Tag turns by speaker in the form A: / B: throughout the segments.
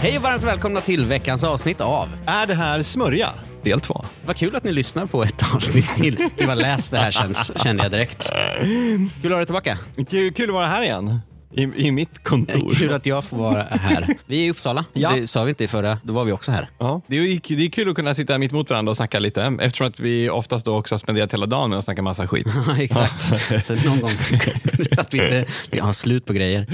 A: Hej och varmt välkomna till veckans avsnitt av...
B: Är det här smörja? Del två.
A: Vad kul att ni lyssnar på ett avsnitt till. Gud vad läst det här känns, kände jag direkt. Kul att ha dig tillbaka.
B: Kul, kul att vara här igen. I, i mitt kontor.
A: Kul att jag får vara här. Vi är i Uppsala.
B: Ja.
A: Det sa vi inte i förra, då var vi också här.
B: Ja, det, är, det är kul att kunna sitta mitt mot varandra och snacka lite eftersom att vi oftast då också har spenderat hela dagen med att snacka massa skit.
A: Ja, Exakt. Så någon gång ska, att vi inte vi har slut på grejer.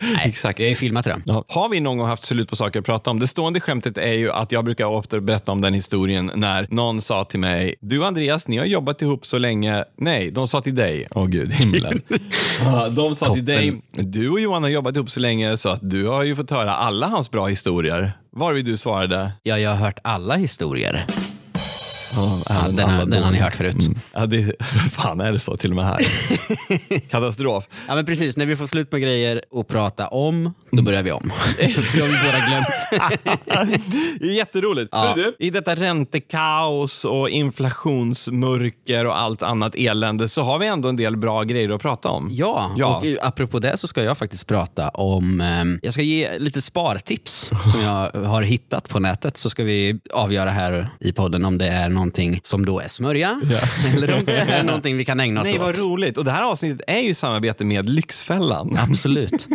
A: Nej, Exakt. Vi har ju filmat redan.
B: Ja. Har vi någon gång haft slut på saker att prata om? Det stående skämtet är ju att jag brukar återberätta om den historien när någon sa till mig, du Andreas, ni har jobbat ihop så länge. Nej, de sa till dig. Åh gud, himlen. Ja, de sa till dig, du och Johan har jobbat ihop så länge så att du har ju fått höra alla hans bra historier. Varvid du svarade,
A: Ja, jag har hört alla historier.
B: "Ja,
A: Ja,
B: även
A: den,
B: alla
A: har, den har ni
B: dåliga."
A: hört förut.
B: Ja, det, fan är det så till och med här? Katastrof.
A: Ja, men precis. När vi får slut på grejer och prata om, då börjar vi om. Då har vi båda glömt.
B: Det är jätteroligt.
A: Ja.
B: Hörru Du, I detta räntekaos och inflationsmörker och allt annat elände så har vi ändå en del bra grejer att prata om.
A: Ja,
B: Ja.
A: och eh, apropå det så ska jag faktiskt prata om... ehm, jag ska ge lite spartips som jag har hittat på nätet. Så ska vi avgöra här i podden om det är någonting som då är smörja eller om det är någonting vi kan ägna oss
B: Nej,
A: åt.
B: vad roligt. Och det här avsnittet är ju i samarbete med Lyxfällan.
A: Absolut.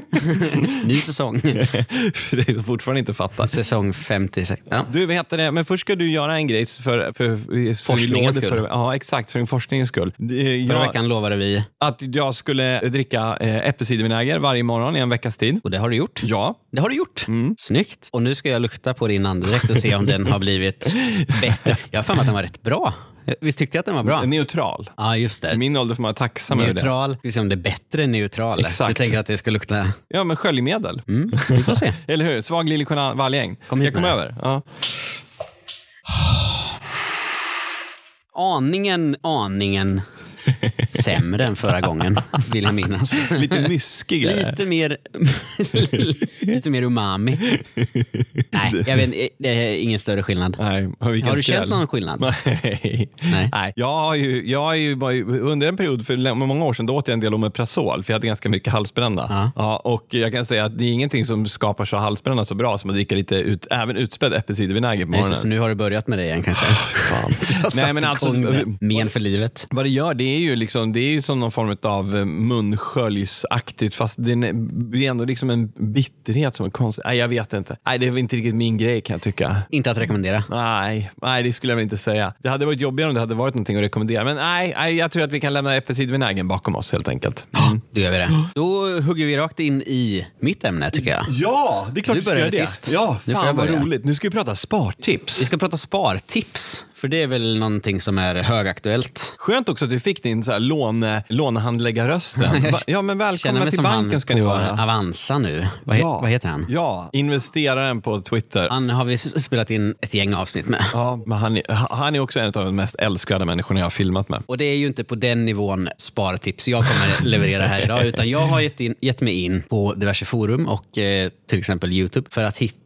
A: Ny säsong.
B: För dig som fortfarande inte fattar.
A: Säsong 56. Ja.
B: Du, vad heter det? Men först ska du göra en grej för, för, för
A: Forskningens
B: för-
A: skull.
B: Ja, exakt. För forskningens skull. Det-
A: Förra
B: Jag,
A: veckan lovade vi,
B: att jag skulle dricka eh, äppelcidervinäger varje morgon i en veckas tid.
A: och det har du gjort.
B: Ja,
A: Det har du gjort. Snyggt. Och nu ska jag lukta på din andedräkt och se om den har blivit bättre. Jag har för mig att den var rätt bra. Visst tyckte jag att den var bra?
B: neutral.
A: Ja, just det.
B: I min ålder får man vara tacksam över det.
A: Ah. Neutral. Vi får se om det är bättre än neutral.
B: Exakt.
A: Du tänker att det ska lukta...
B: Ja, men sköljmedel.
A: Mm. Vi får se.
B: Eller hur? Svag Lili Wallgäng.
A: Kom
B: Kom
A: hit
B: Ska jag komma
A: med
B: över? Ja.
A: Aningen, aningen sämre än förra gången, vill jag minnas.
B: Lite myskigare.
A: Lite mer, lite mer umami. Nej, jag vet, det är ingen större skillnad.
B: Nej, och vilken
A: Har du
B: skräll.
A: känt någon skillnad?
B: Nej.
A: Nej.
B: Nej. Jag har ju, jag har ju bara, under en period för lä- många år sedan då åt jag en del Omeprazol för jag hade ganska mycket halsbränna.
A: Ja.
B: och jag kan säga att det är ingenting som skapar så halsbränna så bra som att dricka lite ut, även utspädd äppelcidervinäger på
A: Nej, så,
B: morgonen.
A: så nu har du börjat med det igen kanske? Jag
B: Nej,
A: satt
B: men alltså-
A: igång med Men för livet.
B: Vad det gör, det är ju liksom, det är ju som någon form av munsköljsaktigt fast det är, det är ändå liksom en bitterhet som är konstig. Nej, jag vet inte. Nej, det är väl inte riktigt min grej kan jag tycka.
A: Inte att rekommendera.
B: Nej, nej, det skulle jag väl inte säga. Det hade varit jobbigare om det hade varit någonting att rekommendera. Men nej, nej jag tror att vi kan lämna äppelcidervinägern bakom oss helt enkelt.
A: Då gör vi det. Då hugger vi rakt in i mitt ämne tycker jag.
B: Ja, det är klart
A: Du
B: vi ska
A: började
B: göra Mm. det.
A: sist.
B: Ja,
A: Nu får jag
B: fan vad
A: börja.
B: roligt. Nu ska vi prata spartips.
A: Vi ska prata spartips, för det är väl någonting som är högaktuellt.
B: Skönt också att du fick din så här låne, lånehandläggarrösten. Va- Ja, men
A: Känner
B: välkomna
A: mig
B: till
A: som
B: banken
A: han
B: ska ni
A: på eh,
B: vara.
A: Avanza nu. Vad, he-
B: Ja.
A: vad heter han? Ah.
B: Ja, investeraren på Twitter.
A: Han har vi s- spelat in ett gäng avsnitt med.
B: Ja, men han, är- han är också en av de mest älskade människorna jag har filmat med.
A: Och det är ju inte på den nivån spartips jag kommer leverera här idag, utan jag har gett, in, gett mig in på diverse forum och eh, till exempel Youtube för att hitta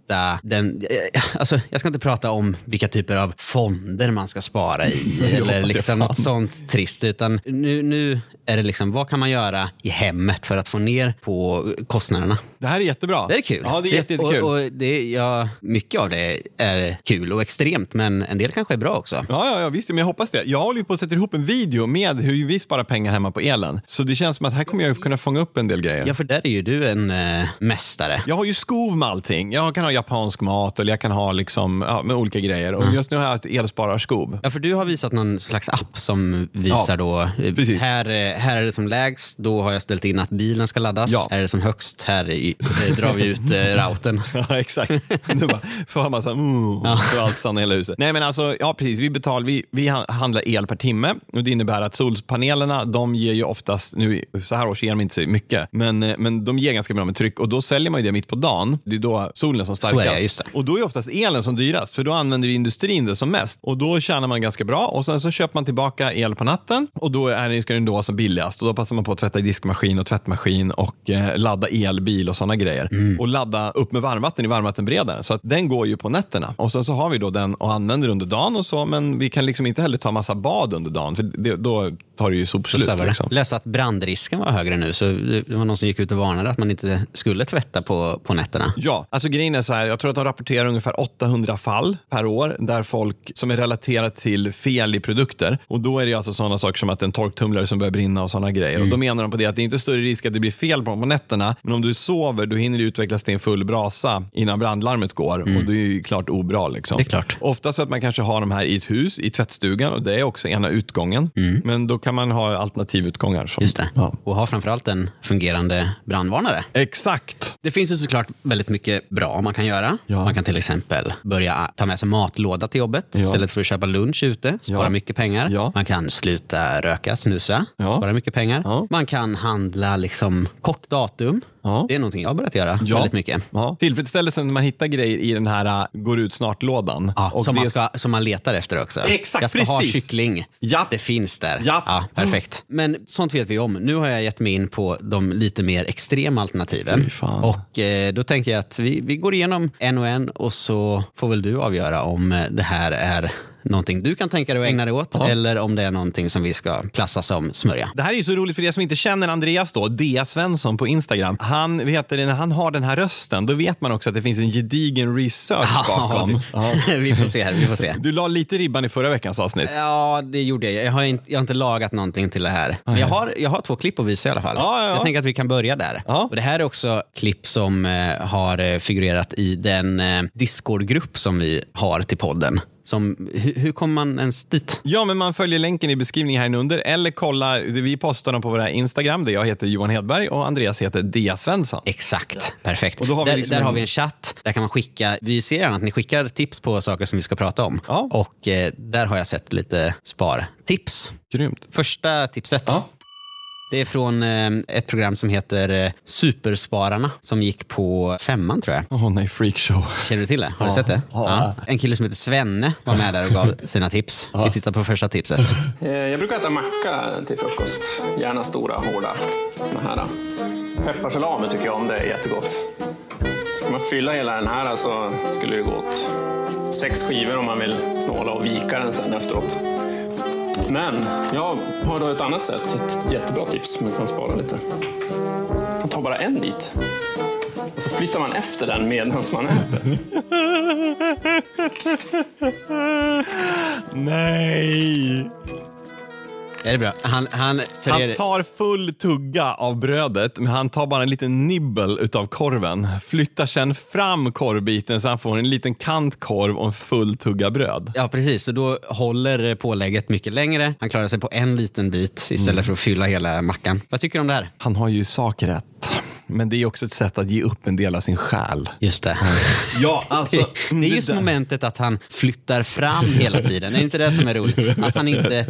A: den, eh, alltså jag ska inte prata om vilka typer av fonder man ska spara i
B: hoppas
A: eller
B: jag
A: liksom
B: fan.
A: något sånt trist, utan nu, nu är det liksom, vad kan man göra i hemmet för att få ner på kostnaderna?
B: Det här är jättebra.
A: Det är kul.
B: Ja, det är jätte- jättekul.
A: Och, och det, ja, mycket av det är kul och extremt, men en del kanske är bra också.
B: Ja, ja, ja, visst. Men jag hoppas det. Jag håller ju på att sätta ihop en video med hur vi sparar pengar hemma på elen. Så det känns som att här kommer jag ju kunna fånga upp en del grejer.
A: Ja, för där är ju du en eh, mästare.
B: Jag har ju skov med allting. Jag kan ha japansk mat eller jag kan ha liksom, ja, med olika grejer.
A: Mm.
B: Och just nu har jag ett elspararskov.
A: Ja, för du har visat någon slags app som visar
B: Ja,
A: då, eh,
B: precis.
A: här, eh, här är det som lägst, då har jag ställt in att bilen ska laddas.
B: Ja.
A: Här är det som högst, här i, eh, drar vi ut eh, routern.
B: Ja, exakt. Nu bara får man så här, mm, och allt stannar i hela huset. Nej, men alltså, ja precis. Vi, betalar, vi, vi han- handlar el per timme och det innebär att solpanelerna, de ger ju oftast, nu så här års ger de inte så mycket, men, eh, men de ger ganska bra med tryck och då säljer man ju det mitt på dagen. Det är då solen är som
A: är det,
B: starkast.
A: just det.
B: Och då är oftast elen som dyrast, för då använder ju industrin det som mest. Och då tjänar man ganska bra och sen så köper man tillbaka el på natten och då är den, ska den då vara som billigast. Och då passar man på att tvätta i diskmaskin och tvättmaskin och eh, ladda elbil och sådana grejer.
A: Mm.
B: Och ladda upp med varmvatten i varmvattenberedaren. Så att den går ju på nätterna. Och sen så har vi då den och använder under dagen och så, men vi kan liksom inte heller ta massa bad under dagen, för det, då tar det ju sopslut.
A: Så var det.
B: Liksom.
A: Läste att brandrisken var högre nu, så det det var någon som gick ut och varnade att man inte skulle tvätta på, på nätterna.
B: Ja, alltså grejen är så här, jag tror att de rapporterar ungefär 800 fall per år där folk som är relaterat till fel i produkter. Och då är det ju alltså sådana saker som att en torktumlare som börjar brinna och sådana grejer. Och
A: Mm.
B: då menar de på det att det är inte större risk att det blir fel på dem på nätterna. Men om du sover, då hinner det utvecklas till en full brasa innan brandlarmet går. Och det är ju klart obra liksom.
A: Mm. Det är klart.
B: Oftast så att man kanske har de här i ett hus, i tvättstugan och det är också ena utgången. Men då kan man ha alternativutgångar. Som,
A: Mm. Just det.
B: Ja.
A: Och ha framförallt en fungerande brandvarnare.
B: Exakt.
A: Det finns ju såklart väldigt mycket bra man kan göra.
B: Ja.
A: Man kan till exempel börja ta med sig matlåda till jobbet istället för att köpa lunch ute. Spara
B: Ja.
A: mycket pengar.
B: Ja.
A: Man kan sluta röka, snusa.
B: Ja.
A: Spara mycket pengar.
B: Ja.
A: Man kan handla liksom kort datum.
B: Ja.
A: Det är någonting jag har börjat göra väldigt mycket.
B: Ja. Tillfredsställelsen när man hittar grejer i den här äh, går ut snart-lådan.
A: Ja,
B: Och
A: som,
B: det är
A: man ska, som man letar efter också.
B: Exakt,
A: jag ska ha
B: precis.
A: kyckling.
B: Japp.
A: Det finns där.
B: Japp. Mm.
A: Ja, perfekt. Men sånt vet vi om. Nu har jag gett mig in på de lite mer extrema alternativen.
B: Fy fan.
A: Och eh, då tänker jag att vi, vi går igenom en och en och så får väl du avgöra om eh, det här är någonting du kan tänka dig att ägna dig åt eller om det är någonting som vi ska klassa som smörja.
B: Det här är ju så roligt för er som inte känner Andreas då, Dea Svensson på Instagram. Han, vad heter det, när han har den här rösten, då vet man också att det finns en gedigen research bakom. Ja.
A: vi får se här. Vi får se.
B: Du la lite ribban i förra veckans avsnitt.
A: Ja, det gjorde jag. Jag har inte, jag har inte lagat någonting till det här. Men jag har, jag har två klipp att visa i alla fall.
B: Ja, ja, ja.
A: Jag tänker att vi kan börja där.
B: Ja.
A: Och det här är också klipp som eh, har eh, figurerat i den eh, Discord-grupp som vi har till podden. Som, hur, hur kommer man ens dit?
B: Ja, men man följer länken i beskrivningen här innunder eller kollar, vi postar dem på våra Instagram där jag heter Johan Hedberg och Andreas heter Dea Svensson.
A: Exakt, perfekt.
B: Och då har vi
A: där,
B: liksom
A: där
B: en-
A: har vi en chatt, där kan man skicka, vi ser gärna att ni skickar tips på saker som vi ska prata om.
B: Ja.
A: Och eh, där har jag sett lite spartips.
B: Grymt.
A: Första tipset.
B: Ja.
A: Det är från eh, ett program som heter eh, Superspararna som gick på femman tror jag.
B: Åh nej, freakshow.
A: Känner du till det? Har du sett det?
B: Ja.
A: En kille som heter Svenne var med där och gav sina tips. Vi tittar på första tipset.
C: Eh, Jag brukar äta macka till frukost. Gärna stora, hårda. Såna här. Pepparsalami tycker jag om, det är jättegott. Ska man fylla hela den här så skulle det gå åt sex skivor om man vill snåla och vika den sen efteråt. Men jag har då ett annat sätt, ett jättebra tips som man kan spara lite. Man tar bara en bit och så flyttar man efter den medan man äter.
B: Nej!
A: Är det bra? Han, han, för
B: Han
A: er,
B: tar full tugga av brödet, men han tar bara en liten nibbel utav korven. Flyttar sen fram korvbiten så han får en liten kantkorv och en full tugga bröd.
A: ja, precis. Så då håller eh, pålägget mycket längre. Han klarar sig på en liten bit istället
B: Mm.
A: för att fylla hela mackan. Vad tycker du om det här?
B: Han har ju sakrätt, men det är också ett sätt att ge upp en del av sin själ.
A: Just det.
B: Ja, alltså.
A: Det är just momentet att han flyttar fram hela tiden. Är det inte det som är roligt? Att han inte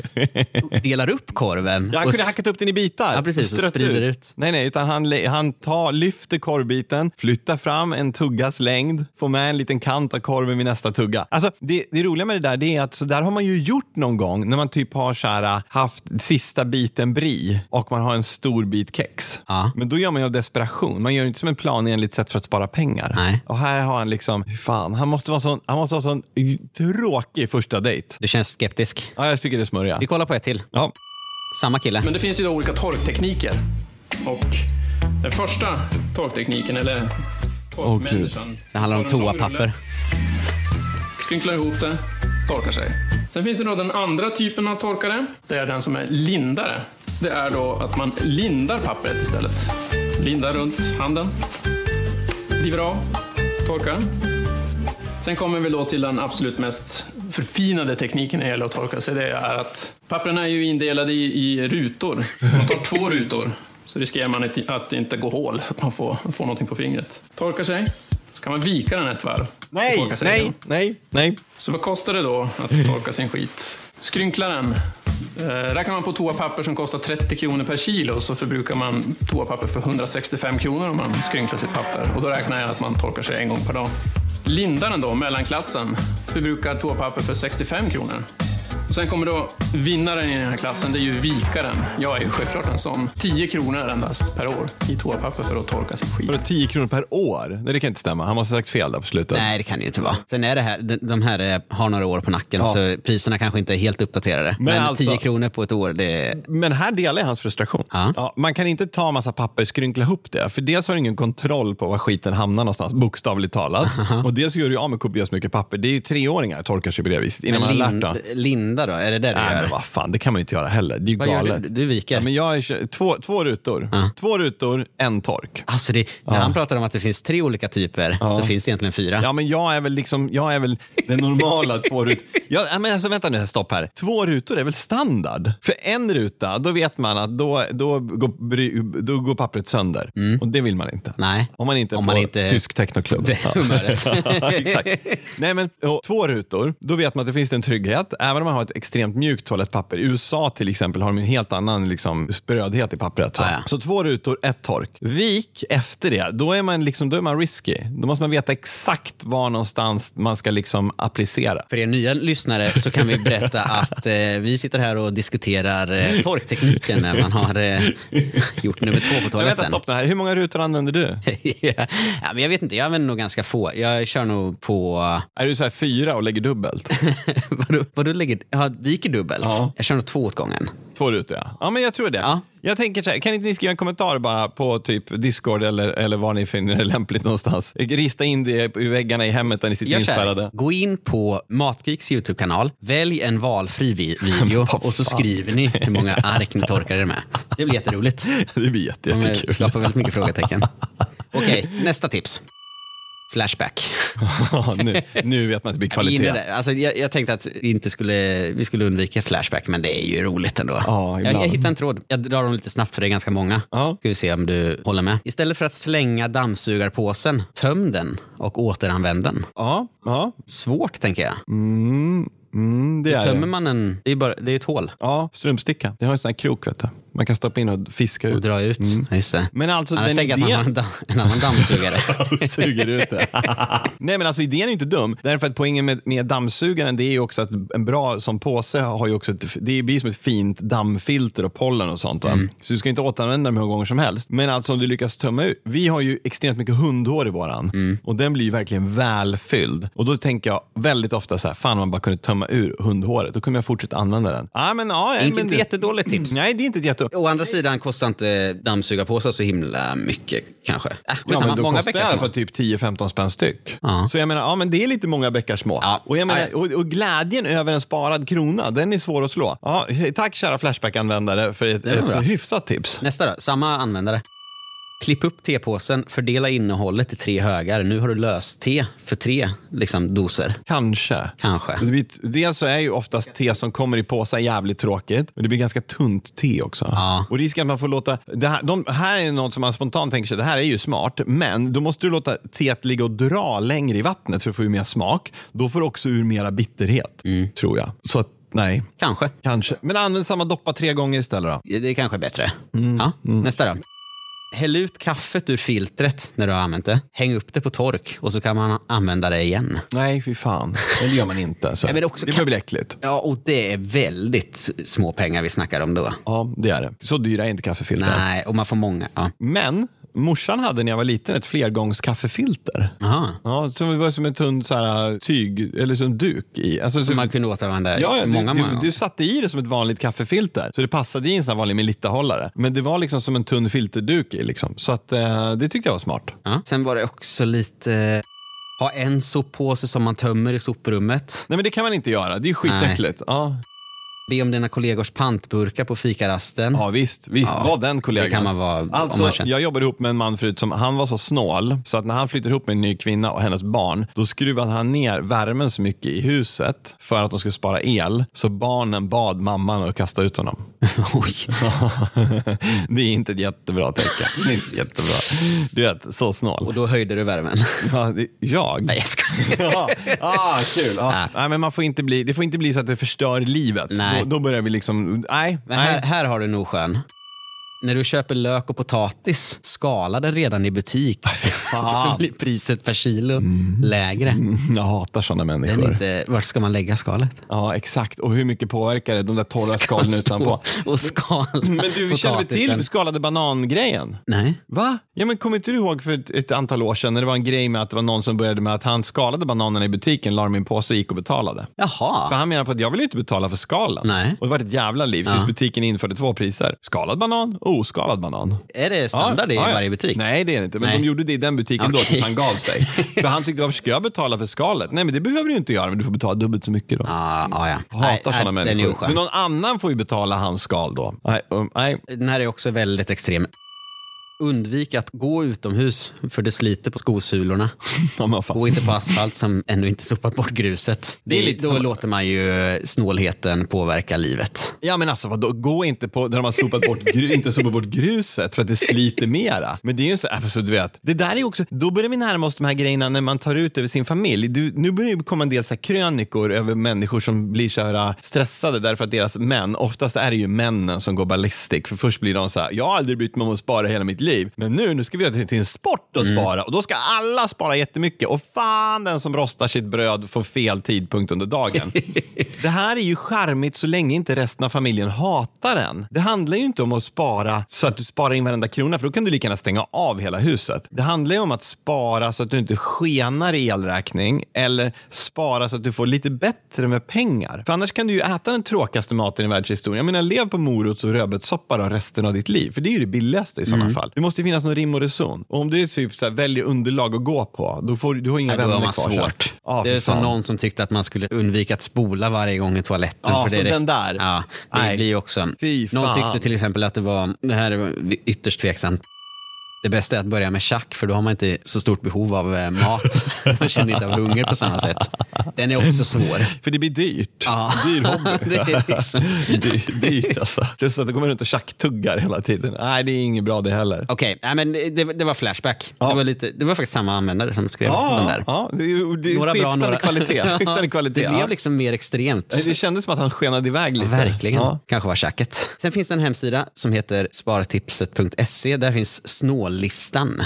A: delar upp korven.
B: Ja, han
A: och
B: kunde
A: s-
B: hackat upp den i bitar.
A: Ja, precis, och
B: strött
A: sprider ut.
B: Nej, nej, utan han, le- han tar, lyfter korvbiten, flyttar fram en tuggas längd, får med en liten kant av korven vid nästa tugga. Alltså, det, det roliga med det där det är att så där har man ju gjort någon gång när man typ har så här, haft sista biten brie och man har en stor bit kex.
A: Ja.
B: Men då gör man ju av desperation. Man gör ju inte som en planenligt sätt för att spara pengar.
A: Nej.
B: Och här har han liksom, hur fan, han måste vara sån, han måste vara sån tråkig första dejt.
A: Du känns skeptisk.
B: Ja, jag tycker det är smörja.
A: Vi kollar på ett till.
B: Ja.
A: Samma kille.
C: Men det finns ju då olika torktekniker. Och den första torktekniken, eller torkmänniskan.
A: Det handlar om
C: tar en lång
A: toapapper.
C: rulle, Skrynklar ihop det, torkar sig. Sen finns det då den andra typen av torkare. Det är den som är lindare. Det är då att man lindar pappret istället. Lindar runt handen. River av, torkar. Sen kommer vi då till den absolut mest förfinade tekniken när det gäller att torka sig. Det är att pappren är ju indelade i, i rutor. Om man tar två rutor så riskerar man att, att det inte går hål, så att man får, får någonting på fingret. Torkar sig, så kan man vika den ett varv. och
B: Nej,
C: torka sig
B: nej,
C: igen.
B: nej, nej.
C: Så vad kostar det då att torka sin skit? Skrynkla den. Eh, räknar man på toapapper som kostar 30 kronor per kilo så förbrukar man toapapper för 165 kronor om man skrynklar sitt papper. Och då räknar jag att man torkar sig en gång per dag. Lindaren då, mellanklassen, förbrukar toapapper för 65 kronor. Och sen kommer då vinnaren i den här klassen, det är ju vikaren. Jag är ju självklart en sån. 10 kronor endast per år i toapapper för att torka sin skit.
B: Vadå 10 kronor per år? Nej, det kan inte stämma. Han måste ha sagt fel där på slutet.
A: Nej, det kan det ju inte vara. Sen är det här, de- de här eh, har några år på nacken, så priserna kanske inte är helt uppdaterade. Men,
B: alltså-
A: 10 kronor på ett år, det är...
B: Men här delar jag hans frustration.
A: Ja.
B: man kan inte ta massa papper och skrynkla ihop det. För dels har du ingen kontroll på var skiten hamnar någonstans, bokstavligt talat. Och dels gör du ju av med kopiöst mycket papper. Det är ju treåringar torkar sig på det viset innan man har lärt dem.
A: Linda då, är det där du
B: Nej,
A: gör?
B: men vad fan, det kan man ju inte göra heller. Det är ju
A: Vad gör
B: galet.
A: du? Du viker.
B: Ja, men jag är, kö- två, två rutor. Två rutor, en tork.
A: Alltså det, när han pratar om att det finns tre olika typer så finns det egentligen fyra.
B: Ja, men jag är väl liksom, jag är väl den normala två rutor. Ja, nej, men alltså, vänta nu, här, stopp här. Två rutor är väl standard? För en ruta, då vet man att då, då, går, bry- då går pappret sönder. Och det vill man inte.
A: Nej.
B: Mm. Om man inte är
A: Om
B: på
A: man inte-
B: tysk technoklubb.
A: Det humöret.
B: Ja, exakt. Nej, men, och, två rutor, då vet man att det finns en trygghet. Även om man har ett extremt mjukt toalettpapper. I USA till exempel har de en helt annan liksom, sprödhet i pappret. Så.
A: Ah, ja.
B: så två rutor, ett tork. Vik efter det, då är man, liksom, då är man risky. Då måste man veta exakt var någonstans man ska liksom, applicera.
A: För er nya lyssnare så kan vi berätta att eh, vi sitter här och diskuterar eh, torktekniken när man har eh, gjort nummer två på
B: Men
A: toaletten.
B: vänta, stopp nu här. Hur många rutor använder du?
A: ja, men jag vet inte, jag använder nog ganska få. Jag kör nog på...
B: Är du så här fyra och lägger dubbelt?
A: Vadå, vadå lägger... Ja, viker dubbelt?
B: Ja.
A: Jag kör nog två åt gången.
B: Två rutor ja. Ja men jag tror det.
A: Ja.
B: Jag tänker så här, kan inte ni skriva en kommentar bara på typ Discord eller, eller var ni finner det lämpligt någonstans? Rista in det i väggarna i hemmet där ni sitter
A: Gör så här.
B: inspärrade.
A: Gå in på Matgeeks YouTube-kanal, välj en valfri vi- video och så skriver ni hur många ark ni torkar er med. Det blir jätteroligt.
B: Det blir jätte,
A: De
B: jättekul.
A: skapar väldigt mycket frågetecken. Okej, nästa tips. Flashback.
B: Ja, nu, nu vet man att det blir
A: Vi
B: kvalitet.
A: gillar det. Alltså, jag, jag tänkte att vi, inte skulle, vi skulle undvika Flashback, men det är ju roligt ändå.
B: Ja,
A: jag,
B: ibland.
A: jag hittade en tråd. Jag drar dem lite snabbt för det är ganska många.
B: Ja.
A: Ska vi se om du håller med. Istället för att slänga dammsugarpåsen, töm den och återanvänd den.
B: Ja, ja.
A: Svårt, tänker jag.
B: Mm, det är
A: Tömmer
B: det.
A: man en... Det är, bara, det är ett hål.
B: Ja, strumpsticka. Det har en sån här krok vet du. Man kan stoppa in och fiska
A: Och
B: ut.
A: dra ut. Ja, Just det.
B: Men alltså
A: Annars
B: den
A: tänker jag att man har
B: idén...
A: en, dam, en annan dammsugare.
B: Suger ut det. Nej men alltså idén är ju inte dum. Därför att poängen med, med dammsugaren det är ju också att en bra som påse har ju också ett, det blir som ett fint dammfilter och pollen och sånt. Va?
A: Mm.
B: Så du ska inte återanvända dem hur många gånger som helst. Men alltså om du lyckas tömma ut. Vi har ju extremt mycket hundhår i våran
A: Mm.
B: och den blir ju verkligen välfylld. Och då tänker jag väldigt ofta så här, fan om man bara kunde tömma ur hundhåret. Då kunde jag fortsätta använda den. Ah, men, ja,
A: Det är
B: men, Mm.
A: inte ett jättedåligt tips.
B: Nej, det är inte ett jätte...
A: Å andra sidan kostar inte dammsugarpåsar så himla mycket kanske. Äh,
B: Ja,
A: skitsamma.
B: men då
A: många
B: kostar det i
A: bäckar
B: alla
A: små.
B: fall typ 10-15 spänn styck.
A: Ja.
B: Så jag menar, ja men det är lite många bäckar små.
A: Ja.
B: Och, jag
A: Nej.
B: menar, och, och glädjen över en sparad krona, den är svår att slå. Ja, tack kära Flashback-användare för ett,
A: Det var bra.
B: ett hyfsat tips.
A: Nästa då, samma användare. Klipp upp tepåsen, fördela innehållet i tre högar. Nu har du löst te för tre liksom, doser.
B: Kanske.
A: Kanske.
B: Det blir, dels så är ju oftast te som kommer i påsar jävligt tråkigt, men det blir ganska tunt te också.
A: Ja.
B: Och risken att man får låta... Det här, de, här är något som man spontant tänker sig, det här är ju smart, men då måste du låta teet ligga och dra längre i vattnet för att få ur mer smak. Då får du också ur mera bitterhet,
A: Mm.
B: tror jag. Så att, nej.
A: Kanske.
B: Kanske. Men använd samma doppa tre gånger istället då.
A: Det är kanske är bättre.
B: Mm,
A: Ja, Nästa då. Häll ut kaffet ur filtret när du har använt det. Häng upp det på tork och så kan man använda det igen.
B: Nej, fy fan. Men Det gör man inte. Så.
A: Ja, men det också
B: det
A: kan-
B: blir väl äckligt.
A: Ja, och det är väldigt s- små pengar vi snackar om då.
B: Ja, det är det. Så dyra är inte kaffefilter.
A: Nej, och man får många. Ja.
B: Men morsan hade när jag var liten ett flergångskaffefilter.
A: Aha.
B: Ja, som det var som en tunn så här, tyg, eller som duk i. Alltså, så,
A: Man kunde återanvända
B: ja,
A: många,
B: ja, du,
A: många
B: du,
A: gånger.
B: du satte i det som ett vanligt kaffefilter. Så det passade i en sån här vanlig Melitta-hållare. Men det var liksom som en tunn filterduk i. Liksom. Så att, eh, det tyckte jag var smart.
A: Ja. Sen var det också lite... eh, Ha en soppåse som man tömmer i soprummet.
B: Nej, men det kan man inte göra. Det är ju skitäckligt. Ja.
A: Be om dina kollegors pantburkar på fikarasten.
B: Ja visst, visst. var den kollegan.
A: det kan man vara om
B: Alltså,
A: man känner-
B: jag jobbade ihop med en man förut som, han var så snål så att när han flyttade ihop med en ny kvinna och hennes barn, då skruvade han ner värmen så mycket i huset för att de skulle spara el, så barnen bad mamman att kasta ut honom.
A: Oj.
B: det är inte ett jättebra tecken. Det är inte jättebra. Du vet, så snål.
A: Och då höjde du värmen.
B: Ja, det, jag?
A: Nej, jag skojar.
B: Ja, ah, kul. Ja.
A: Ja.
B: Nej, men man får inte bli, det får inte bli så att det förstör livet.
A: Nej.
B: Då, då börjar vi liksom... Nej.
A: Men
B: nej.
A: här, här har du Norsjön. När du köper lök och potatis, skala den redan i butik. så blir priset per kilo
B: Mm.
A: lägre.
B: Jag hatar sådana
A: Den är
B: människor.
A: inte, vart ska man lägga skalet?
B: Ja, exakt. Och hur mycket påverkar det? De där torra skalen
A: Ska
B: utanpå.
A: stå Och skala
B: Men du känner väl till
A: potatisen.
B: skalade banangrejen?
A: Nej.
B: Va? Ja, men kommer inte du ihåg för ett, ett antal år sedan när det var en grej med att det var någon som började med att han skalade bananerna i butiken, la dem i en påse, gick och betalade. För
A: Jaha.
B: han menar på att jag vill ju inte betala för skalen.
A: Nej.
B: Och det var ett jävla liv tills
A: Ja.
B: butiken införde två priser. Skalad banan och oskalad banan.
A: Är det standard
B: Ja,
A: i
B: ja.
A: varje butik?
B: Nej, det är det inte. Men
A: Nej.
B: de gjorde det i den butiken då
A: Okej.
B: tills han gav sig. För han tyckte, varför ska jag betala för skalet? Nej, men det behöver du inte göra, men du får betala dubbelt så mycket då.
A: Ah, ah, ja. Nej,
B: Hatar sådana
A: nej, Den är
B: människor. För
A: oskön.
B: någon annan får ju betala hans skal då. Nej, um, nej.
A: Den här är också väldigt extrem. Undvik att gå utomhus, för det sliter på skosulorna.
B: Ja, men vad fan.
A: Gå inte på asfalt som ännu inte sopat bort gruset.
B: Det
A: Det
B: är
A: är
B: lite
A: då
B: som-
A: låter man ju snålheten påverka livet.
B: Ja men alltså vadå, gå inte på där de har sopat bort, gru, inte sopat bort gruset för att det sliter mera. Men det är ju så, alltså, du vet, det där är ju också, då börjar vi närma oss de här grejerna när man tar ut över sin familj. Du, nu börjar det komma en del så här, krönikor över människor som blir så här, äh, stressade därför att deras män, oftast är det ju männen som går ballistic. För först blir de så här, jag har aldrig brytt mig om att spara hela mitt liv. Men nu, nu ska vi göra det till en sport att spara och då ska alla spara jättemycket. Och fan den som rostar sitt bröd får fel tidpunkt under dagen. Det här är ju charmigt så länge inte resten av familjen hatar en. Det handlar ju inte om att spara så att du sparar in varenda krona för då kan du lika gärna stänga av hela huset. Det handlar ju om att spara så att du inte skenar i elräkning eller spara så att du får lite bättre med pengar. För annars kan du ju äta den tråkigaste maten i världshistorien. Jag menar, lev på morots och rödbetssoppa då resten av ditt liv. För det är ju det billigaste i sådana
A: Mm.
B: fall. Det måste ju finnas någon rim och reson. Och om du typ så här, väljer underlag att gå på, då får du har inga
A: Ja, Då
B: vänner
A: har
B: kvar.
A: man
B: sen.
A: svårt.
B: Ja,
A: det
B: för
A: är som
B: fan.
A: någon som tyckte att man skulle undvika att spola varje gång i toaletten. för
B: Ja,
A: det
B: som
A: är det-
B: den där.
A: Ja,
B: Nej.
A: det blir ju också.
B: Fy
A: Någon
B: fan.
A: tyckte till exempel att det var, det här är ytterst tveksamt, det bästa är att börja med schack för då har man inte så stort behov av eh, mat. Man känner inte av hunger på samma sätt. Den är också svår.
B: För det blir dyrt.
A: Ja.
B: Dyr hobby.
A: Det är liksom-
B: Dyr, dyrt alltså. Plus att du kommer runt och tjacktuggar hela tiden. Nej, det är inget bra det heller.
A: Okej, nej, men det, det var Flashback. Det, var lite, det var faktiskt samma användare som skrev den där.
B: ja det är ju det är
A: Några bra,
B: skiftande
A: några...
B: kvalitet.
A: Ja,
B: Skiftande kvalitet.
A: Det
B: ja.
A: blev liksom mer extremt.
B: det kändes som att han skenade iväg lite.
A: Verkligen.
B: Ja.
A: Kanske var tjacket. Sen finns det en hemsida som heter spartipset.se. Där finns snållistan.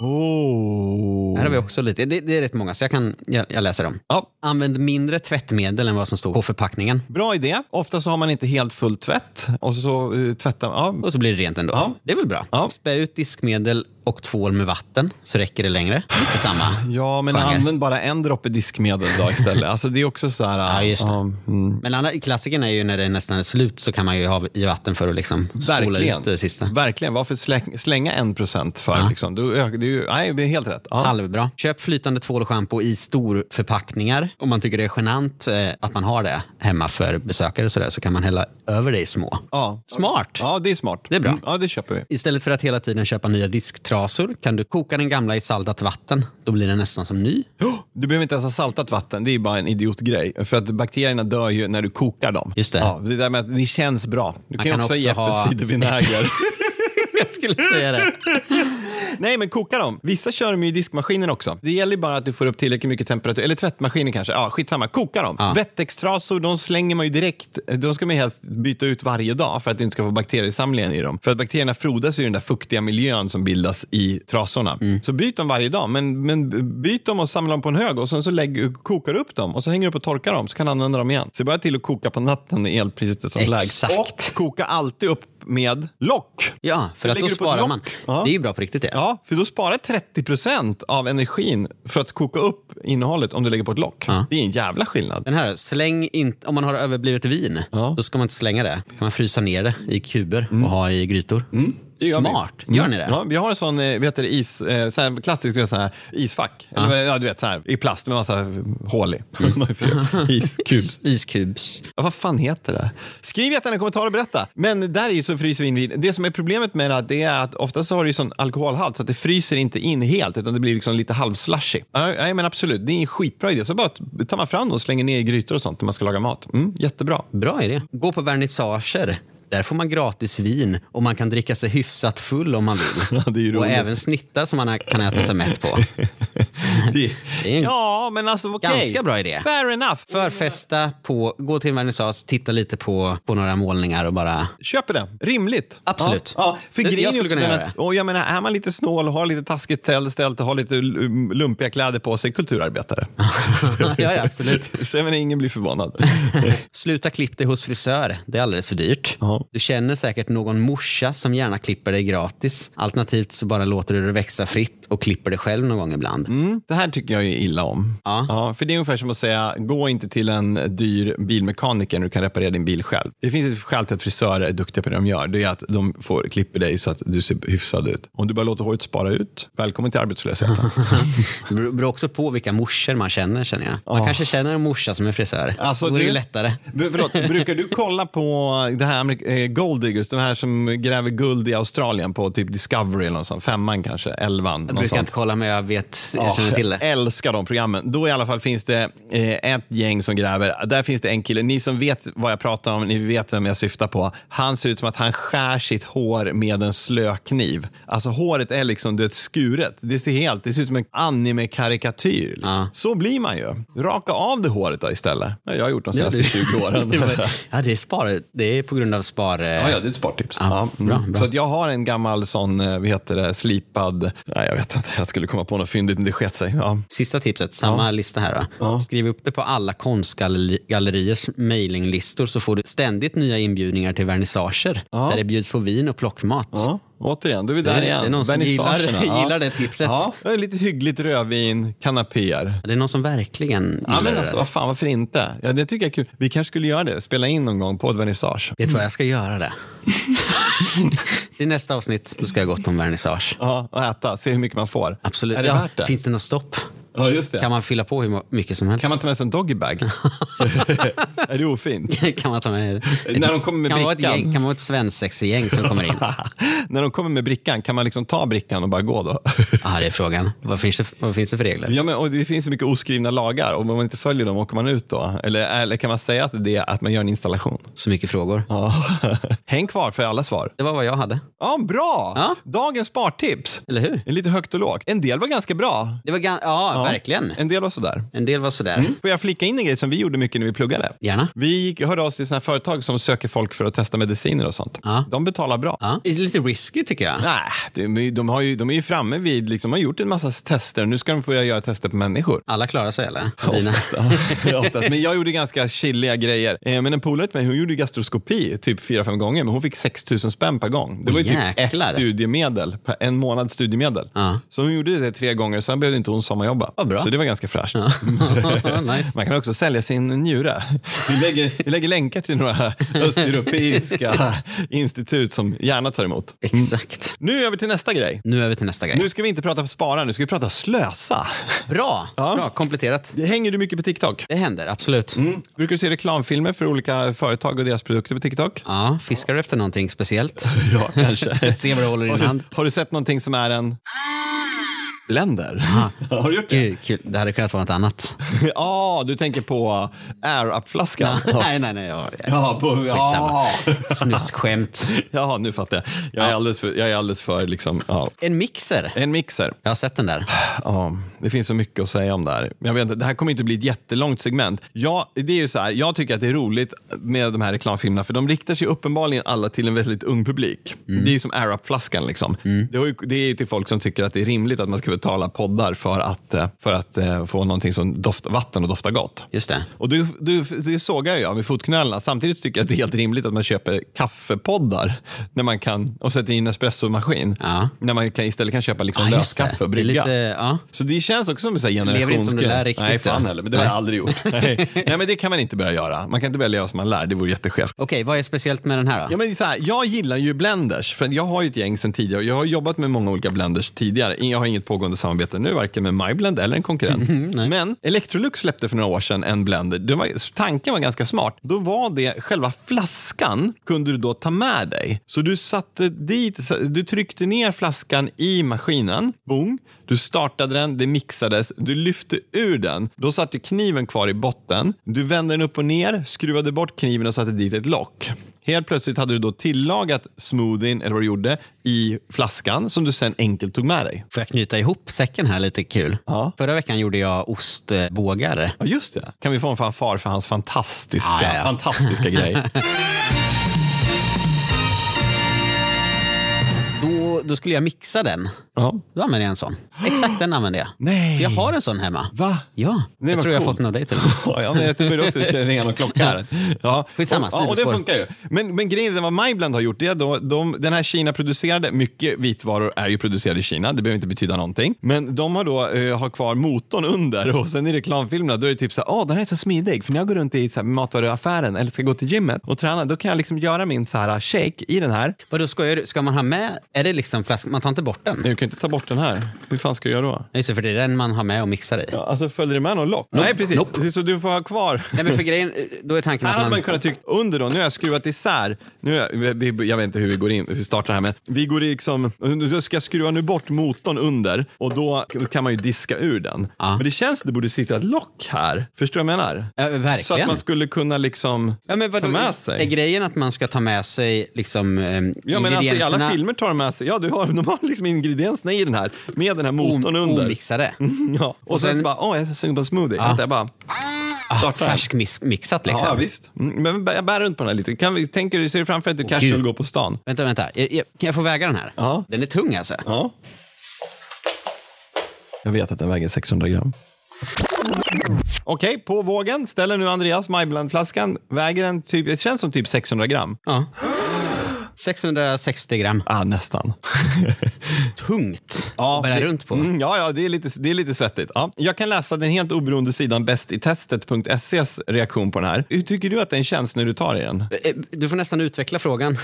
B: Oh.
A: Här har vi också lite. Det, det är rätt många, så jag, kan, jag, jag läser dem.
B: Mm. Ja,
A: Använd mindre tvättmedel än vad som står på förpackningen.
B: bra idé. Ofta så har man inte helt full tvätt och så, så eh, tvättar man. Ja.
A: Och så blir det rent ändå.
B: Ja.
A: Det är väl bra.
B: Ja.
A: Spä ut diskmedel och tvål med vatten, så räcker det längre. Lite samma.
B: Ja, men
A: Genre.
B: använd bara en droppe diskmedel idag istället. Alltså det är också så här...
A: Ja, just det.
B: mm.
A: Men andra, klassiken är ju när det nästan är slut så kan man ju ha i vatten för att liksom spola ut det sista.
B: Verkligen. Varför slä- slänga en procent för? Liksom? Du, ö- det är ju, nej, det är helt rätt. Ja.
A: Halvbra. Köp flytande tvål och schampo i stor förpackningar. Om man tycker det är genant eh, att man har det hemma för besökare och sådär så kan man hälla över det i små.
B: Ja.
A: Smart!
B: ja, det är smart.
A: Det är bra.
B: Mm, Ja, det köper vi.
A: Istället för att hela tiden köpa nya disktrasor kan du koka den gamla i saltat vatten. Då blir den nästan som ny.
B: Oh, Du behöver inte ens ha saltat vatten. Det är bara en idiotgrej. För att bakterierna dör ju när du kokar dem.
A: Just det.
B: Ja, det där med att det känns bra. Du kan, ju
A: kan
B: också,
A: också
B: ha
A: ha-
B: äppelcidervinäger.
A: Jag skulle säga det.
B: Nej, men koka dem. Vissa kör dem ju i diskmaskinen också. Det gäller ju bara att du får upp tillräckligt mycket temperatur. Eller tvättmaskinen kanske. Ja, skitsamma. Koka dem.
A: Ja.
B: Wettextrasor, de slänger man ju direkt. De ska man ju helst byta ut varje dag för att du inte ska få bakteriesamlingen i dem. För att bakterierna frodas ju i den där fuktiga miljön som bildas i trasorna.
A: Mm.
B: Så byt dem varje dag. Men, men byt dem och samla dem på en hög och sen så lägg, kokar du upp dem och så hänger du upp och torkar dem så kan du använda dem igen. Se bara till att koka på natten när elpriset är som lägst.
A: Exakt.
B: Och koka alltid upp med lock.
A: Ja, för att
B: lägger
A: då
B: du på
A: sparar
B: lock.
A: man.
B: Ja.
A: Det är ju bra på riktigt det.
B: Ja, för då sparar 30 av energin för att koka upp innehållet om du lägger på ett lock.
A: Ja.
B: Det är en jävla skillnad.
A: Den här, släng inte, om man har överblivet vin,
B: Ja. Mm.
A: då ska man inte slänga det. Då kan man frysa ner det i kuber och ha i grytor.
B: Det gör vi.
A: Smart.
B: Mm.
A: Gör ni det?
B: Ja, vi har en sån, eh, vad heter det, is, eh, så här klassisk sån här isfack. Eller, ja, du vet, så här, i plast med massa hål i.
A: Mm.
B: Iskub.
A: Is, iskubs.
B: Ja, vad fan heter det? Skriv jättegärna i kommentarer och berätta. Men där är ju så fryser vi in vin. Det som är problemet med det här, det är att oftast har det ju sån alkoholhalt så att det fryser inte in helt utan det blir liksom lite halvslushy. Ja, Nej, men absolut. Det är en skitbra idé. Så bara tar man fram dem och slänger ner i grytor och sånt när man ska laga mat. Mm, jättebra.
A: Bra idé. Gå på vernissager Där får man gratis vin och man kan dricka sig hyfsat full om man vill.
B: det är ju
A: och
B: roligt.
A: även snitta som man kan äta sig mätt på.
B: Det,
A: Det är en
B: ja, men alltså okej.
A: Ganska bra idé.
B: Fair enough.
A: Förfesta på, gå till en vernissage, titta lite på, på några målningar och bara...
B: Köper det. Rimligt.
A: Absolut.
B: Ja, ja. För
A: Jag
B: grejen är
A: skulle
B: också
A: kunna
B: den
A: göra
B: att, och jag menar, är man lite snål, har lite taskigt tält- ställt och har lite l- lumpiga kläder på sig, kulturarbetare.
A: ja, ja, absolut.
B: Så jag menar, ingen blir förvånad.
A: Sluta klipp dig hos frisör. Det är alldeles för dyrt.
B: Ja.
A: Du känner säkert någon morsa som gärna klipper dig gratis. Alternativt så bara låter du det växa fritt och klipper dig själv någon gång ibland.
B: Mm, det här tycker jag är illa om.
A: Ja.
B: för det är ungefär som att säga, gå inte till en dyr bilmekaniker när du kan reparera din bil själv. Det finns ett skäl till att frisörer är duktiga på det de gör. Det är att de får, klipper dig så att du ser hyfsad ut. Om du bara låter håret spara ut, välkommen till arbetslösheten.
A: Det beror beror också på vilka morsor man känner, känner jag. Man kanske känner en morsa som är frisör.
B: Alltså,
A: Då är det
B: du-
A: ju lättare.
B: B- Förlåt, brukar du kolla på det här med eh, gold diggers, de här som gräver guld i Australien på typ Discovery eller något sånt, femman kanske, elvan.
A: Jag brukar inte kolla, men jag vet, jag känner till det.
B: Älskar de programmen. Då i alla fall finns det eh, ett gäng som gräver. Där finns det en kille. Ni som vet vad jag pratar om, ni vet vem jag syftar på. Han ser ut som att han skär sitt hår med en slökniv. Alltså håret är liksom du vet, skuret. Det ser helt, det ser ut som en anime-karikatyr.
A: Ja.
B: Så blir man ju. Raka av det håret då istället. Ja, Jag har gjort de
A: Ja,
B: senaste
A: det-
B: 20
A: det
B: åren.
A: var- ja, det är, spar, det är på grund av spar... eh,
B: Ja, ja, det är ett spartips.
A: Ja,
B: Ja,
A: bra,
B: mm.
A: bra.
B: Så att jag har en gammal sån, eh, vad heter det, slipad... Nej, jag vet inte. Jag skulle komma på något fyndigt, men det sket sig. Ja.
A: Sista tipset, samma lista här. Då. Skriv upp det på alla konstgalleriers mejlinglistor så får du ständigt nya inbjudningar till vernissager där det bjuds på vin och plockmat.
B: Ja, återigen, då är vi
A: Det
B: där
A: är, det
B: igen.
A: är någon som gillar,
B: Vernissagerna, ja.
A: gillar det tipset.
B: Ja, det är lite hyggligt rödvin, kanapéer.
A: Det är någon som verkligen gillar
B: Ja, men
A: det.
B: alltså,
A: där.
B: vad fan, varför inte? Ja, det tycker jag är kul. Vi kanske skulle göra det, spela in någon gång på ett vernissage.
A: Vet du vad, jag ska göra det. I nästa avsnitt då ska jag gå på en vernissage.
B: Ja, och äta, se hur mycket man får.
A: Absolut.
B: Är det
A: ja,
B: värt det?
A: Finns det något stopp?
B: Ja, just det.
A: Kan man fylla på hur mo- mycket som helst?
B: Kan man ta med sig en doggybag? är det ofint?
A: kan man ta med...
B: När de kommer med
A: kan man vara ett
B: brickan.
A: gäng, Kan man vara ett svensexigäng som kommer in?
B: När de kommer med brickan, kan man liksom ta brickan och bara gå då?
A: Ja, Ah, det är frågan. Vad finns det, vad finns det för regler?
B: Ja, men, och det finns så mycket oskrivna lagar och om man inte följer dem åker man ut då? Eller, eller kan man säga att det är att man gör en installation?
A: Så mycket frågor.
B: Ja. Häng kvar för alla svar.
A: Det var vad jag hade.
B: Ja, bra!
A: Ja.
B: Dagens spartips.
A: Eller hur?
B: Lite högt och lågt. En del var ganska bra.
A: Det var gan- ja,
B: Ja. Mm.
A: verkligen.
B: En del var sådär.
A: En del var sådär.
B: Får jag flika in en grej som vi gjorde mycket när vi pluggade?
A: Gärna.
B: Vi gick, hörde av oss till sådana här företag som söker folk för att testa mediciner och sånt.
A: Ja.
B: De betalar bra.
A: Ja. Det är lite risky tycker jag.
B: Nej, de, är ju- de, har ju, de är ju framme vid, liksom, de har gjort en massa tester och nu ska de få göra tester på människor.
A: Alla klarar sig eller? Dina.
B: Oftast, ja. Oftast. Mm. Men jag gjorde ganska chilliga grejer. Eh, Men en polare till mig, hon gjorde gastroskopi typ fyra fem gånger, men hon fick 6 000 spänn per gång. Det var ju typ
A: Jäklar.
B: ett studiemedel, per- en månads studiemedel.
A: Ja.
B: Så hon gjorde det tre gånger, sen behövde inte hon sommarjobba.
A: Vad bra.
B: Så det var ganska fräscht.
A: nice.
B: Man kan också sälja sin njure. Vi lägger, vi lägger länkar till några östeuropeiska institut som gärna tar emot.
A: Exakt.
B: Nu över till nästa grej.
A: Nu över till nästa grej.
B: Nu ska vi inte prata spara, nu ska vi prata slösa.
A: Bra.
B: Ja. Mm.
A: Bra, kompletterat.
B: Hänger du mycket på TikTok?
A: Det händer, absolut.
B: Brukar du se reklamfilmer för olika företag och deras produkter på TikTok?
A: Ja, fiskar du efter någonting speciellt?
B: Ja, kanske.
A: Se vad du håller i din hand.
B: Har du sett någonting som är en... Blender?
A: Ah.
B: Har du gjort det?
A: Gud, kul. Det hade kunnat vara något annat.
B: Ja, du tänker på air-up-flaskan.
A: nej, nej, nej. Ja, ja.
B: Ja, på, ja.
A: Skitsamma. Snuskskämt.
B: ja, nu fattar jag. Jag är alldeles för, jag är alldeles för liksom, ja.
A: En mixer.
B: En mixer.
A: Jag har sett den där.
B: Ja, det finns så mycket att säga om det här. Men Jag vet inte, det här kommer inte bli ett jättelångt segment. Ja, det är ju så här, jag tycker att det är roligt med de här reklamfilmerna för de riktar sig uppenbarligen alla till en väldigt ung publik.
A: Mm.
B: Det är ju som air up-flaskan. Liksom. Det, har ju- det är ju till folk som tycker att det är rimligt att man ska betala poddar för att, eh, för att eh, få någonting som doftar vatten och doftar gott.
A: Just det.
B: Och du, du, det sågar jag med fotknölarna. Samtidigt tycker jag att det är helt rimligt att man köper kaffepoddar när man kan, och sätter i en espressomaskin.
A: Ja.
B: När man kan, istället kan köpa liksom
A: Ja, just
B: löskaffe
A: det.
B: och
A: Det är
B: brygga.
A: lite, ja.
B: Så det känns också som en sån här
A: Lever inte som du lär
B: generationsgrej.
A: riktigt,
B: Nej, fan
A: ja.
B: heller. Men det har jag aldrig gjort. Nej. Nej, men det kan man inte börja göra. Man kan inte börja leva som man lär. Det vore jätteskevt.
A: Okej, vad är speciellt med den här då?
B: Ja, men så här, jag gillar ju blenders, för jag har ju ett gäng sen tidigare. Jag har jobbat med många olika blenders tidigare. Jag har inget pågående samarbete nu, varken med MyBlend eller en konkurrent.
A: Mm,
B: men Electrolux släppte för några år sedan en blender. Det var, tanken var ganska smart. Då var det själva flaskan kunde du då ta med dig. Så du satte dit, du tryckte ner flaskan i maskinen, boom. Du startade den, det mixades, du lyfte ur den. Då satt ju kniven kvar i botten. Du vände den upp och ner, skruvade bort kniven och satte dit ett lock. Helt plötsligt hade du då tillagat smoothien, eller vad du gjorde, i flaskan som du sen enkelt tog med dig.
A: Får jag knyta ihop säcken här lite kul?
B: Ja.
A: Förra veckan gjorde jag ostbågar.
B: Ja, just det. Kan vi få en fanfar för hans fantastiska,
A: Ja, ja, ja.
B: fantastiska grej?
A: Då, då skulle jag mixa den.
B: Ja.
A: Då använde jag en sån. Exakt den använde jag.
B: Nej.
A: För jag har en sån hemma.
B: Va?
A: Ja,
B: Nej,
A: jag
B: vad
A: tror jag har
B: coolt.
A: fått den av dig till och med.
B: ja, men jag började också ringa någon klocka här. Ja.
A: Skitsamma,
B: ja, och det
A: sidospår.
B: funkar ju. Men, men grejen är vad MyBlend har gjort, det är då, de, den här Kina-producerade, mycket vitvaror är ju producerade i Kina, det behöver inte betyda någonting. Men de har då eh, har kvar motorn under och sen i reklamfilmerna då är det typ så här, åh den här är så smidig, för när jag går runt i så här, matvaruaffären eller ska gå till gymmet och träna, då kan jag liksom göra min så här shake i den här.
A: Vadå, skojar du? Ska man ha med? Är det liksom flaskan? Man tar inte bort den?
B: Nej, du kan inte ta bort den här. Hur fan ska du göra då?
A: Nej, Just det, för det är den man har med och mixar i.
B: Ja, alltså följer det med någon lock? Nej, precis. Så du får ha kvar
A: Nej, men för grejen, då är tanken
B: Här
A: att
B: hade
A: man...
B: man kunnat tyckt under då, nu har jag skruvat isär, nu är jag, vi, jag vet inte hur vi går in, hur vi startar här men vi går i liksom, nu ska jag skruva nu bort motorn under och då kan man ju diska ur den.
A: Ja.
B: Men det känns att det borde sitta ett lock här, förstår du vad jag menar?
A: Ja, verkligen.
B: Så att man skulle kunna liksom
A: Ja, men vadå,
B: ta med
A: Är
B: sig.
A: grejen att man ska ta med sig liksom, eh,
B: Ja men alltså i
A: ingredienserna
B: alla filmer tar de med sig, ja du har, de har liksom ingredienserna i den här med den här motorn
A: om-
B: under. Mm.
A: omixade?
B: Ja. Och, sen,
A: sen- Ah,
B: så bara, åh jag är så sugen på en smoothie. Vänta, jag bara startar den.
A: Färskmixat liksom.
B: Ja, visst. Mm, Men bä- jag bär runt på den här lite. Kan vi, tänker du, ser du framför dig att du kanske
A: gud.
B: vill gå på stan?
A: Vänta, vänta. Jag, jag, kan jag få väga den här?
B: Ja.
A: Den är tung alltså.
B: Ja. Jag vet att den väger 600 gram. Okej, på vågen ställer nu Andreas Majbland-flaskan. Väger den typ, det känns som typ 600 gram.
A: Ja. 660 gram.
B: Ah, nästan.
A: Tungt att bära
B: det,
A: runt på.
B: Mm, ja, ja det, är lite, det är lite svettigt. Ja. Jag kan läsa den helt oberoende sidan bästitestet.ses reaktion på den här. Hur tycker du att den känns när du tar i den?
A: Eh, Du får nästan utveckla frågan.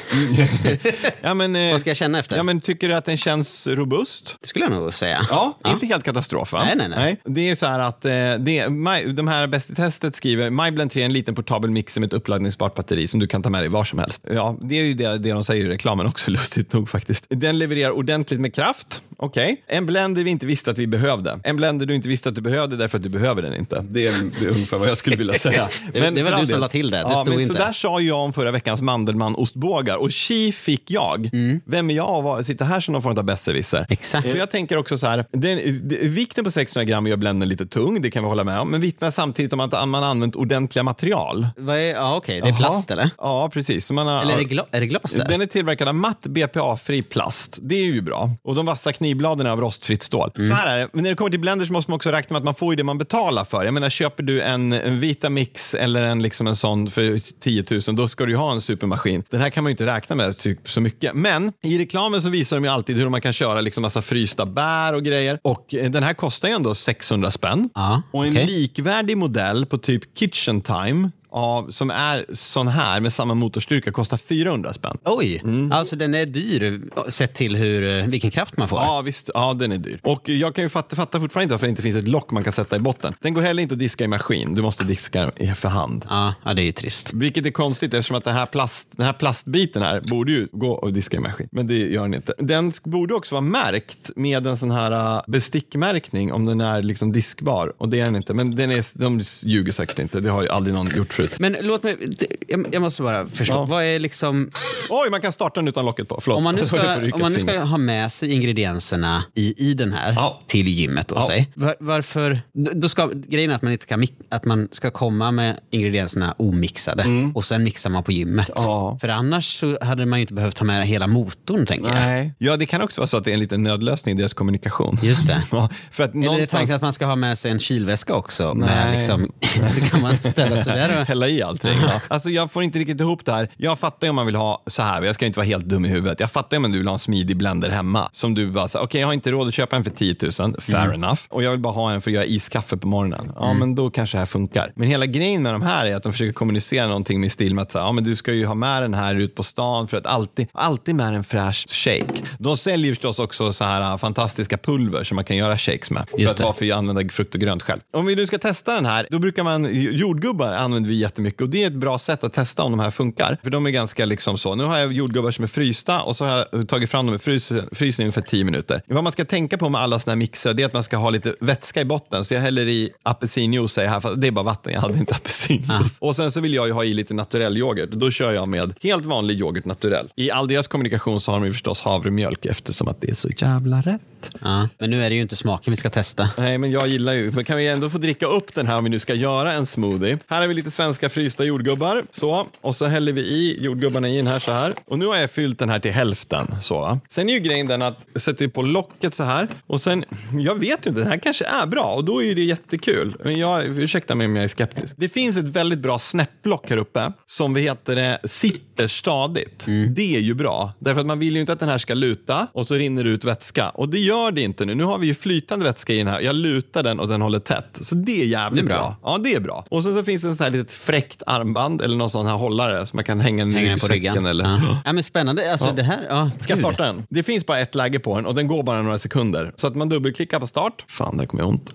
B: Ja, men, eh,
A: Vad ska jag känna efter?
B: Mm. Ja, men, tycker du att den känns robust?
A: Det skulle jag nog säga.
B: Ja, inte helt katastrof va?
A: Nej, nej, nej.
B: Det är ju så här att eh, det, my, de här Bäst i testet skriver MyBlend 3 är en liten portabel mixer med ett uppladdningsbart batteri som du kan ta med dig var som helst. Ja, det är ju det, det de säger i reklamen också, lustigt nog faktiskt. Den levererar ordentligt med kraft. Okej. En blender vi inte visste att vi behövde. En blender du inte visste att du behövde därför att du behöver den inte. Det är, det är ungefär vad jag skulle vilja säga.
A: Det- det var
B: för all
A: du som
B: del.
A: la till det. Det
B: ja,
A: stod
B: men
A: inte.
B: Så där sa jag om förra veckans Mandelmann-ostbågar och tji fick jag. Vem är jag att sitta här som någon form av besserwisser?
A: Mm. Exakt.
B: Så jag tänker också så här, den, de, vikten på 600 gram gör bländen lite tung, det kan vi hålla med om, men vittnar samtidigt om att man har använt ordentliga material.
A: Vad är, ja, okej. Det är plast
B: Jaha.
A: eller?
B: Ja, precis. Så man har,
A: Eller är det, gla, är det glas där?
B: den är tillverkad av matt BPA-fri plast. Det är ju bra. Och de vassa knivbladen är av rostfritt stål.
A: Mm.
B: Så här är det. Men när det kommer till blenders måste man också räkna med att man får ju det man betalar för. Jag menar, köper du en, en Vitamix eller en, liksom en sån för 10 000, då ska du ju ha en supermaskin. Den här kan man ju inte räkna med typ, så mycket. Men i reklamen så visar de ju alltid hur man kan köra liksom massa frysta bär och grejer. Och eh, den här kostar ju ändå 600 spänn.
A: Ja,
B: och en
A: okej.
B: likvärdig modell på typ Kitchen Time av, som är sån här med samma motorstyrka kostar 400 spänn.
A: Oj,
B: Mm.
A: alltså den är dyr sett till hur, eh, vilken kraft man får.
B: Ja, visst. Ja, den är dyr. Och jag kan ju fatta, fatta fortfarande inte varför det inte finns ett lock man kan sätta i botten. Den går heller inte att diska i maskin. Du måste diska i- för hand.
A: Ja, ja, det är ju trist.
B: Vilket är konstigt eftersom att den här, plast, den här plastbiten här borde ju gå och diska i maskin. Men det gör den inte. Den sk- borde också vara märkt med en sån här äh, bestickmärkning om den är liksom diskbar. Och det är den inte. Men den är, de ljuger säkert inte. Det har ju aldrig någon gjort förut.
A: Men låt mig, det- jag jag måste bara förstå,
B: Ja.
A: vad är liksom,
B: Oj, man kan starta den utan locket på. Förlåt.
A: om man nu
B: Jag höll på
A: ska,
B: att ryka
A: om man nu
B: ett
A: ska
B: finger.
A: ha med sig ingredienserna i, i den här
B: Ja.
A: till gymmet då,
B: Ja.
A: säg. Var, varför, d- då ska, grejen är att man, inte ska, mix- att man ska komma med ingredienserna omixade och sen mixar man på gymmet.
B: Mm. Ja.
A: För annars så hade man ju inte behövt ta med hela motorn tänker jag.
B: Nej. Ja, det kan också vara så att det är en liten nödlösning i deras kommunikation.
A: Just det.
B: Ja, för att
A: Eller är det
B: någonstans...
A: tanken att man ska ha med sig en kylväska också? Med
B: Nej.
A: liksom, så kan man ställa sig där och...
B: Hälla i allting. Ja. Alltså jag får inte riktigt ihop det här. Jag fattar ju om man vill ha så här, jag ska inte vara helt dum i huvudet. Jag fattar ju om du vill ha en smidig blender hemma. Som du bara, så här, okej jag har inte råd att köpa en för 10 000, fair enough. Och jag vill bara ha en för att göra iskaffe på morgonen. Ja men då kanske det här funkar. Men hela grejen med de här är att de försöker kommunicera någonting med stil med att så här, ja, men du ska ju ha med den här ut på stan för att alltid, alltid med en fräsch shake. De säljer ju förstås också så här äh, fantastiska pulver som man kan göra shakes med.
A: Just
B: för att
A: det.
B: vara varför jag använder frukt och grönt själv. Om vi nu ska testa den här, då brukar man, jordgubbar använder vi jättemycket. Och det är ett bra sätt att testa om de här funkar. För de är ganska liksom så. Nu har jag jordgubbar som är frysta och så har jag tagit fram dem i frysen, frysen i ungefär 10 minuter. Vad man ska tänka på med alla såna här mixer det är att man ska ha lite vätska i botten. Så jag häller i apelsinjuice säger jag här, för det är bara vatten. Jag hade inte apelsinjuice. Och sen så vill jag ju ha i lite naturell yoghurt. Då kör jag med helt vanlig yoghurt naturell. I all deras kommunikation så har de ju förstås havremjölk eftersom att det är så jävla rätt.
A: Ja, men nu är det ju inte smaken vi ska testa.
B: Nej, men jag gillar ju. Men kan vi ändå få dricka upp den här om vi nu ska göra en smoothie? Här har vi lite svenska frysta jordgubbar. Så. Och så häller vi i jordgubbarna i den här så här. Och nu har jag fyllt den här till hälften. Så. va. Sen är ju grejen den att sätter vi på locket så här. Och sen, jag vet ju inte, den här kanske är bra och då är ju det jättekul. Men jag, ursäkta mig om jag är skeptisk. Det finns ett väldigt bra snäpplock här uppe som vi heter det sitter stadigt.
A: Mm.
B: Det är ju bra. Därför att man vill ju inte att den här ska luta och så rinner det ut vätska. Och det gör det inte nu. Nu har vi ju flytande vätska i den här. Jag lutar den och den håller tätt. Så det är jävligt
A: Det är bra.
B: bra. Ja, det är bra. Och sen så finns det en sån här litet fräckt armband eller någon sån här hållare som man kan hänga,
A: Hänger
B: ner
A: den
B: i
A: på
B: säcken
A: ryggen?
B: eller...
A: Ja. Ja, men spännande. Alltså, det här, ja,
B: Ska jag
A: gud.
B: starta den? Det finns bara ett läge på den och den går bara några sekunder. Så att man dubbelklickar på start. Fan, det kommer jag ont.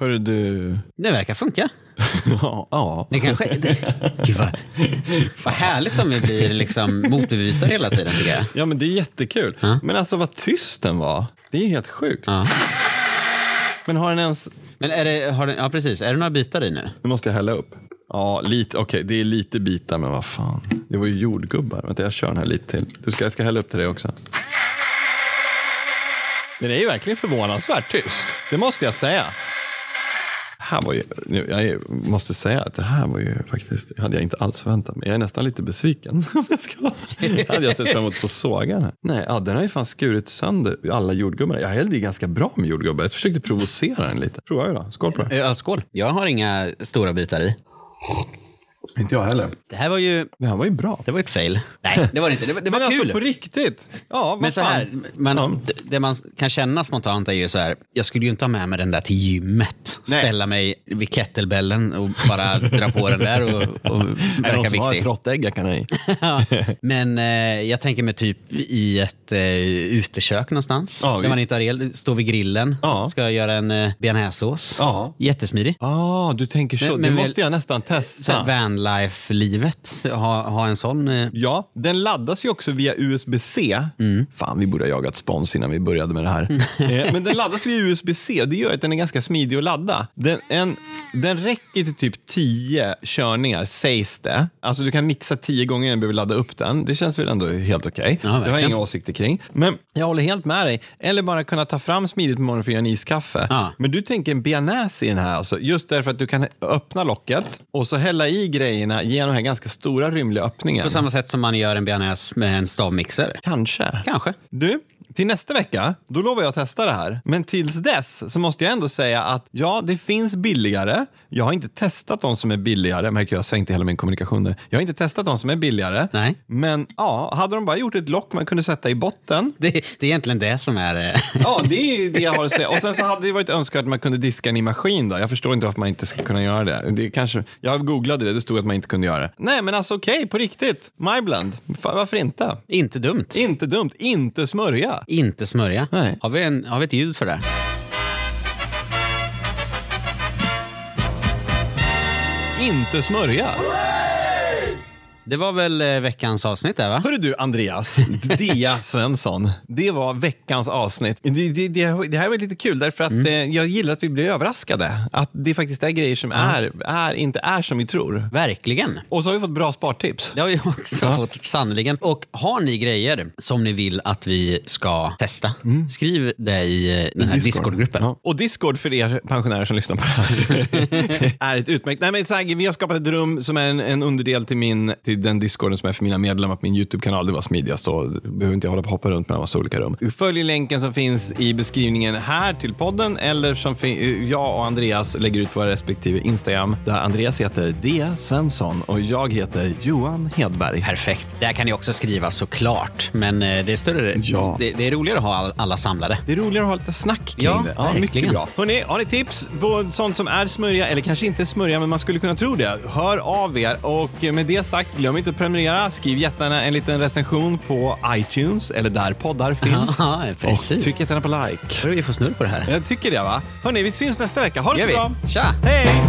B: Hör du...
A: Det verkar funka.
B: Ja. ja.
A: Det kanske... Det, gud vad, vad härligt om vi blir liksom motbevisade hela tiden tycker jag.
B: Ja, men det är jättekul. Men alltså vad tyst den var. Det är helt sjukt.
A: Ja.
B: Men har den ens...
A: Men är det, har den, ja, precis. är det några bitar i nu?
B: Nu måste jag hälla upp. Ja, lite. Okej, det är lite bitar, men vad fan. Det var ju jordgubbar. Vänta, jag kör den här lite till. Du ska, jag ska hälla upp till dig också. Den är ju verkligen förvånansvärt tyst. Det måste jag säga. Det Här var ju, nu, jag måste säga att det här var ju faktiskt, hade jag inte alls förväntat mig. Jag är nästan lite besviken. om jag ska vara- Det hade jag sett fram emot att få såga den här. Nej, ja, den har ju fan skurit sönder alla jordgubbar. Jag hällde i ganska bra med jordgubbar. Jag försökte provocera den lite. Prova ju då. Eh, Skål på det.
A: Ja, skål. Jag har inga stora bitar i.
B: Inte jag heller.
A: Det här var ju,
B: Det här var ju bra.
A: det var ju ett fail. Nej, det var det inte. Det var, det var
B: men
A: kul.
B: alltså på riktigt. Ja, vad
A: Men så
B: fan.
A: här, man, d- det man kan känna spontant är ju så här, jag skulle ju inte ha med mig den där till gymmet.
B: Nej.
A: Ställa mig vid kettlebellen och bara dra på den där och, och
B: Är det någon
A: verka
B: som har ett
A: viktig.
B: råttägg jag kan ha i?
A: Ja. Men eh, jag tänker mig typ i ett eh, utekök någonstans.
B: Ja,
A: där man
B: visst.
A: inte har el, står vid grillen,
B: Ja.
A: ska göra en eh, bearnaisesås.
B: Ja.
A: Jättesmidig.
B: Ah, du tänker så.
A: Men-
B: det
A: men väl-
B: måste jag nästan
A: Så här
B: testa.
A: vanlife-livet, ha, ha en sån. Eh, Mm.
B: Ja, den laddas ju också via USB-C. Fan, vi borde ha jagat spons innan vi började med det här. Eh, Men den laddas via USB-C och det gör att den är ganska smidig att ladda. Den, en, den räcker till typ 10 körningar, sägs det. Alltså du kan mixa 10 gånger innan du behöver ladda upp den. Det känns väl ändå helt okej.
A: Ja,
B: det har jag
A: verkligen.
B: inga åsikter kring. Men jag håller helt med dig. Eller bara kunna ta fram smidigt på morgonen för att göra en iskaffe.
A: Ja.
B: Men du tänker en bearnaise i den här alltså. Just därför att du kan öppna locket och så hälla i grejerna genom den här ganska stora rymliga öppningen.
A: på samma sätt som man gör en bearnaise med en stavmixer.
B: Kanske.
A: Kanske.
B: Du, till nästa vecka, då lovar jag att testa det här. Men tills dess så måste jag ändå säga att ja, det finns billigare. Jag har inte testat de som är billigare. Märker jag, jag säger inte hela min kommunikation där. Jag har inte testat de som är billigare.
A: Nej.
B: Men ja, hade de bara gjort ett lock man kunde sätta i botten.
A: Det, det är egentligen det som är... eh,
B: Ja, det är ju det jag har att säga. Och sen så hade det varit önskvärt att man kunde diska den i maskin då. Jag förstår inte varför man inte ska kunna göra det. det är kanske, jag googlade det, det stod att man inte kunde göra det. Nej, men alltså okej, på riktigt. MyBlend. Fa- Varför inte?
A: Inte dumt.
B: Inte dumt. Inte smörja.
A: Inte smörja.
B: Nej.
A: Har, vi en, har vi ett ljud för det?
B: Inte smörja.
A: Det var väl eh, veckans avsnitt där va?
B: Hörru du, Andreas. Dea Svensson. Det var veckans avsnitt. Det, det, det, det här var lite kul, därför att eh, jag gillar att vi blir överraskade. Att det faktiskt är grejer som är, är, inte är som vi tror.
A: Verkligen.
B: Och så har vi fått bra spartips.
A: Det har vi också fått sannoliken. Och har ni grejer som ni vill att vi ska testa, skriv det i eh, den här Discord-gruppen.
B: Mm. Ja. Och Discord för er pensionärer som lyssnar på det här är ett utmärkt... Nej, men så här, vi har skapat ett rum som är en, en underdel till, min, till den Discorden som är för mina medlemmar på min YouTube-kanal. Det var smidigast och behöver inte jag hålla på och hoppa runt mellan massa olika rum. Följ länken som finns i beskrivningen här till podden eller som fin- jag och Andreas lägger ut på våra respektive Instagram där Andreas heter D. Svensson och jag heter Johan Hedberg.
A: Perfekt. Där kan ni också skriva såklart, men eh, det är, större,
B: Ja.
A: det, det är roligare att ha all, alla samlade.
B: Det är roligare att ha lite snack kring
A: Ja,
B: det. mycket
A: verkligen.
B: bra. Hörrni, har ni tips på sånt som är smörja eller kanske inte smörja, men man skulle kunna tro det? Hör av er och med det sagt, glöm Glöm inte att prenumerera. Skriv jättegärna en liten recension på iTunes eller där poddar finns.
A: Ja, precis.
B: Och tryck jättegärna på like. Eh,
A: Jag tror vi får snurr på det här.
B: Jag tycker det va? Hörni, vi syns nästa vecka. Ha det
A: gör
B: så bra.
A: vi. Tja!
B: Hej!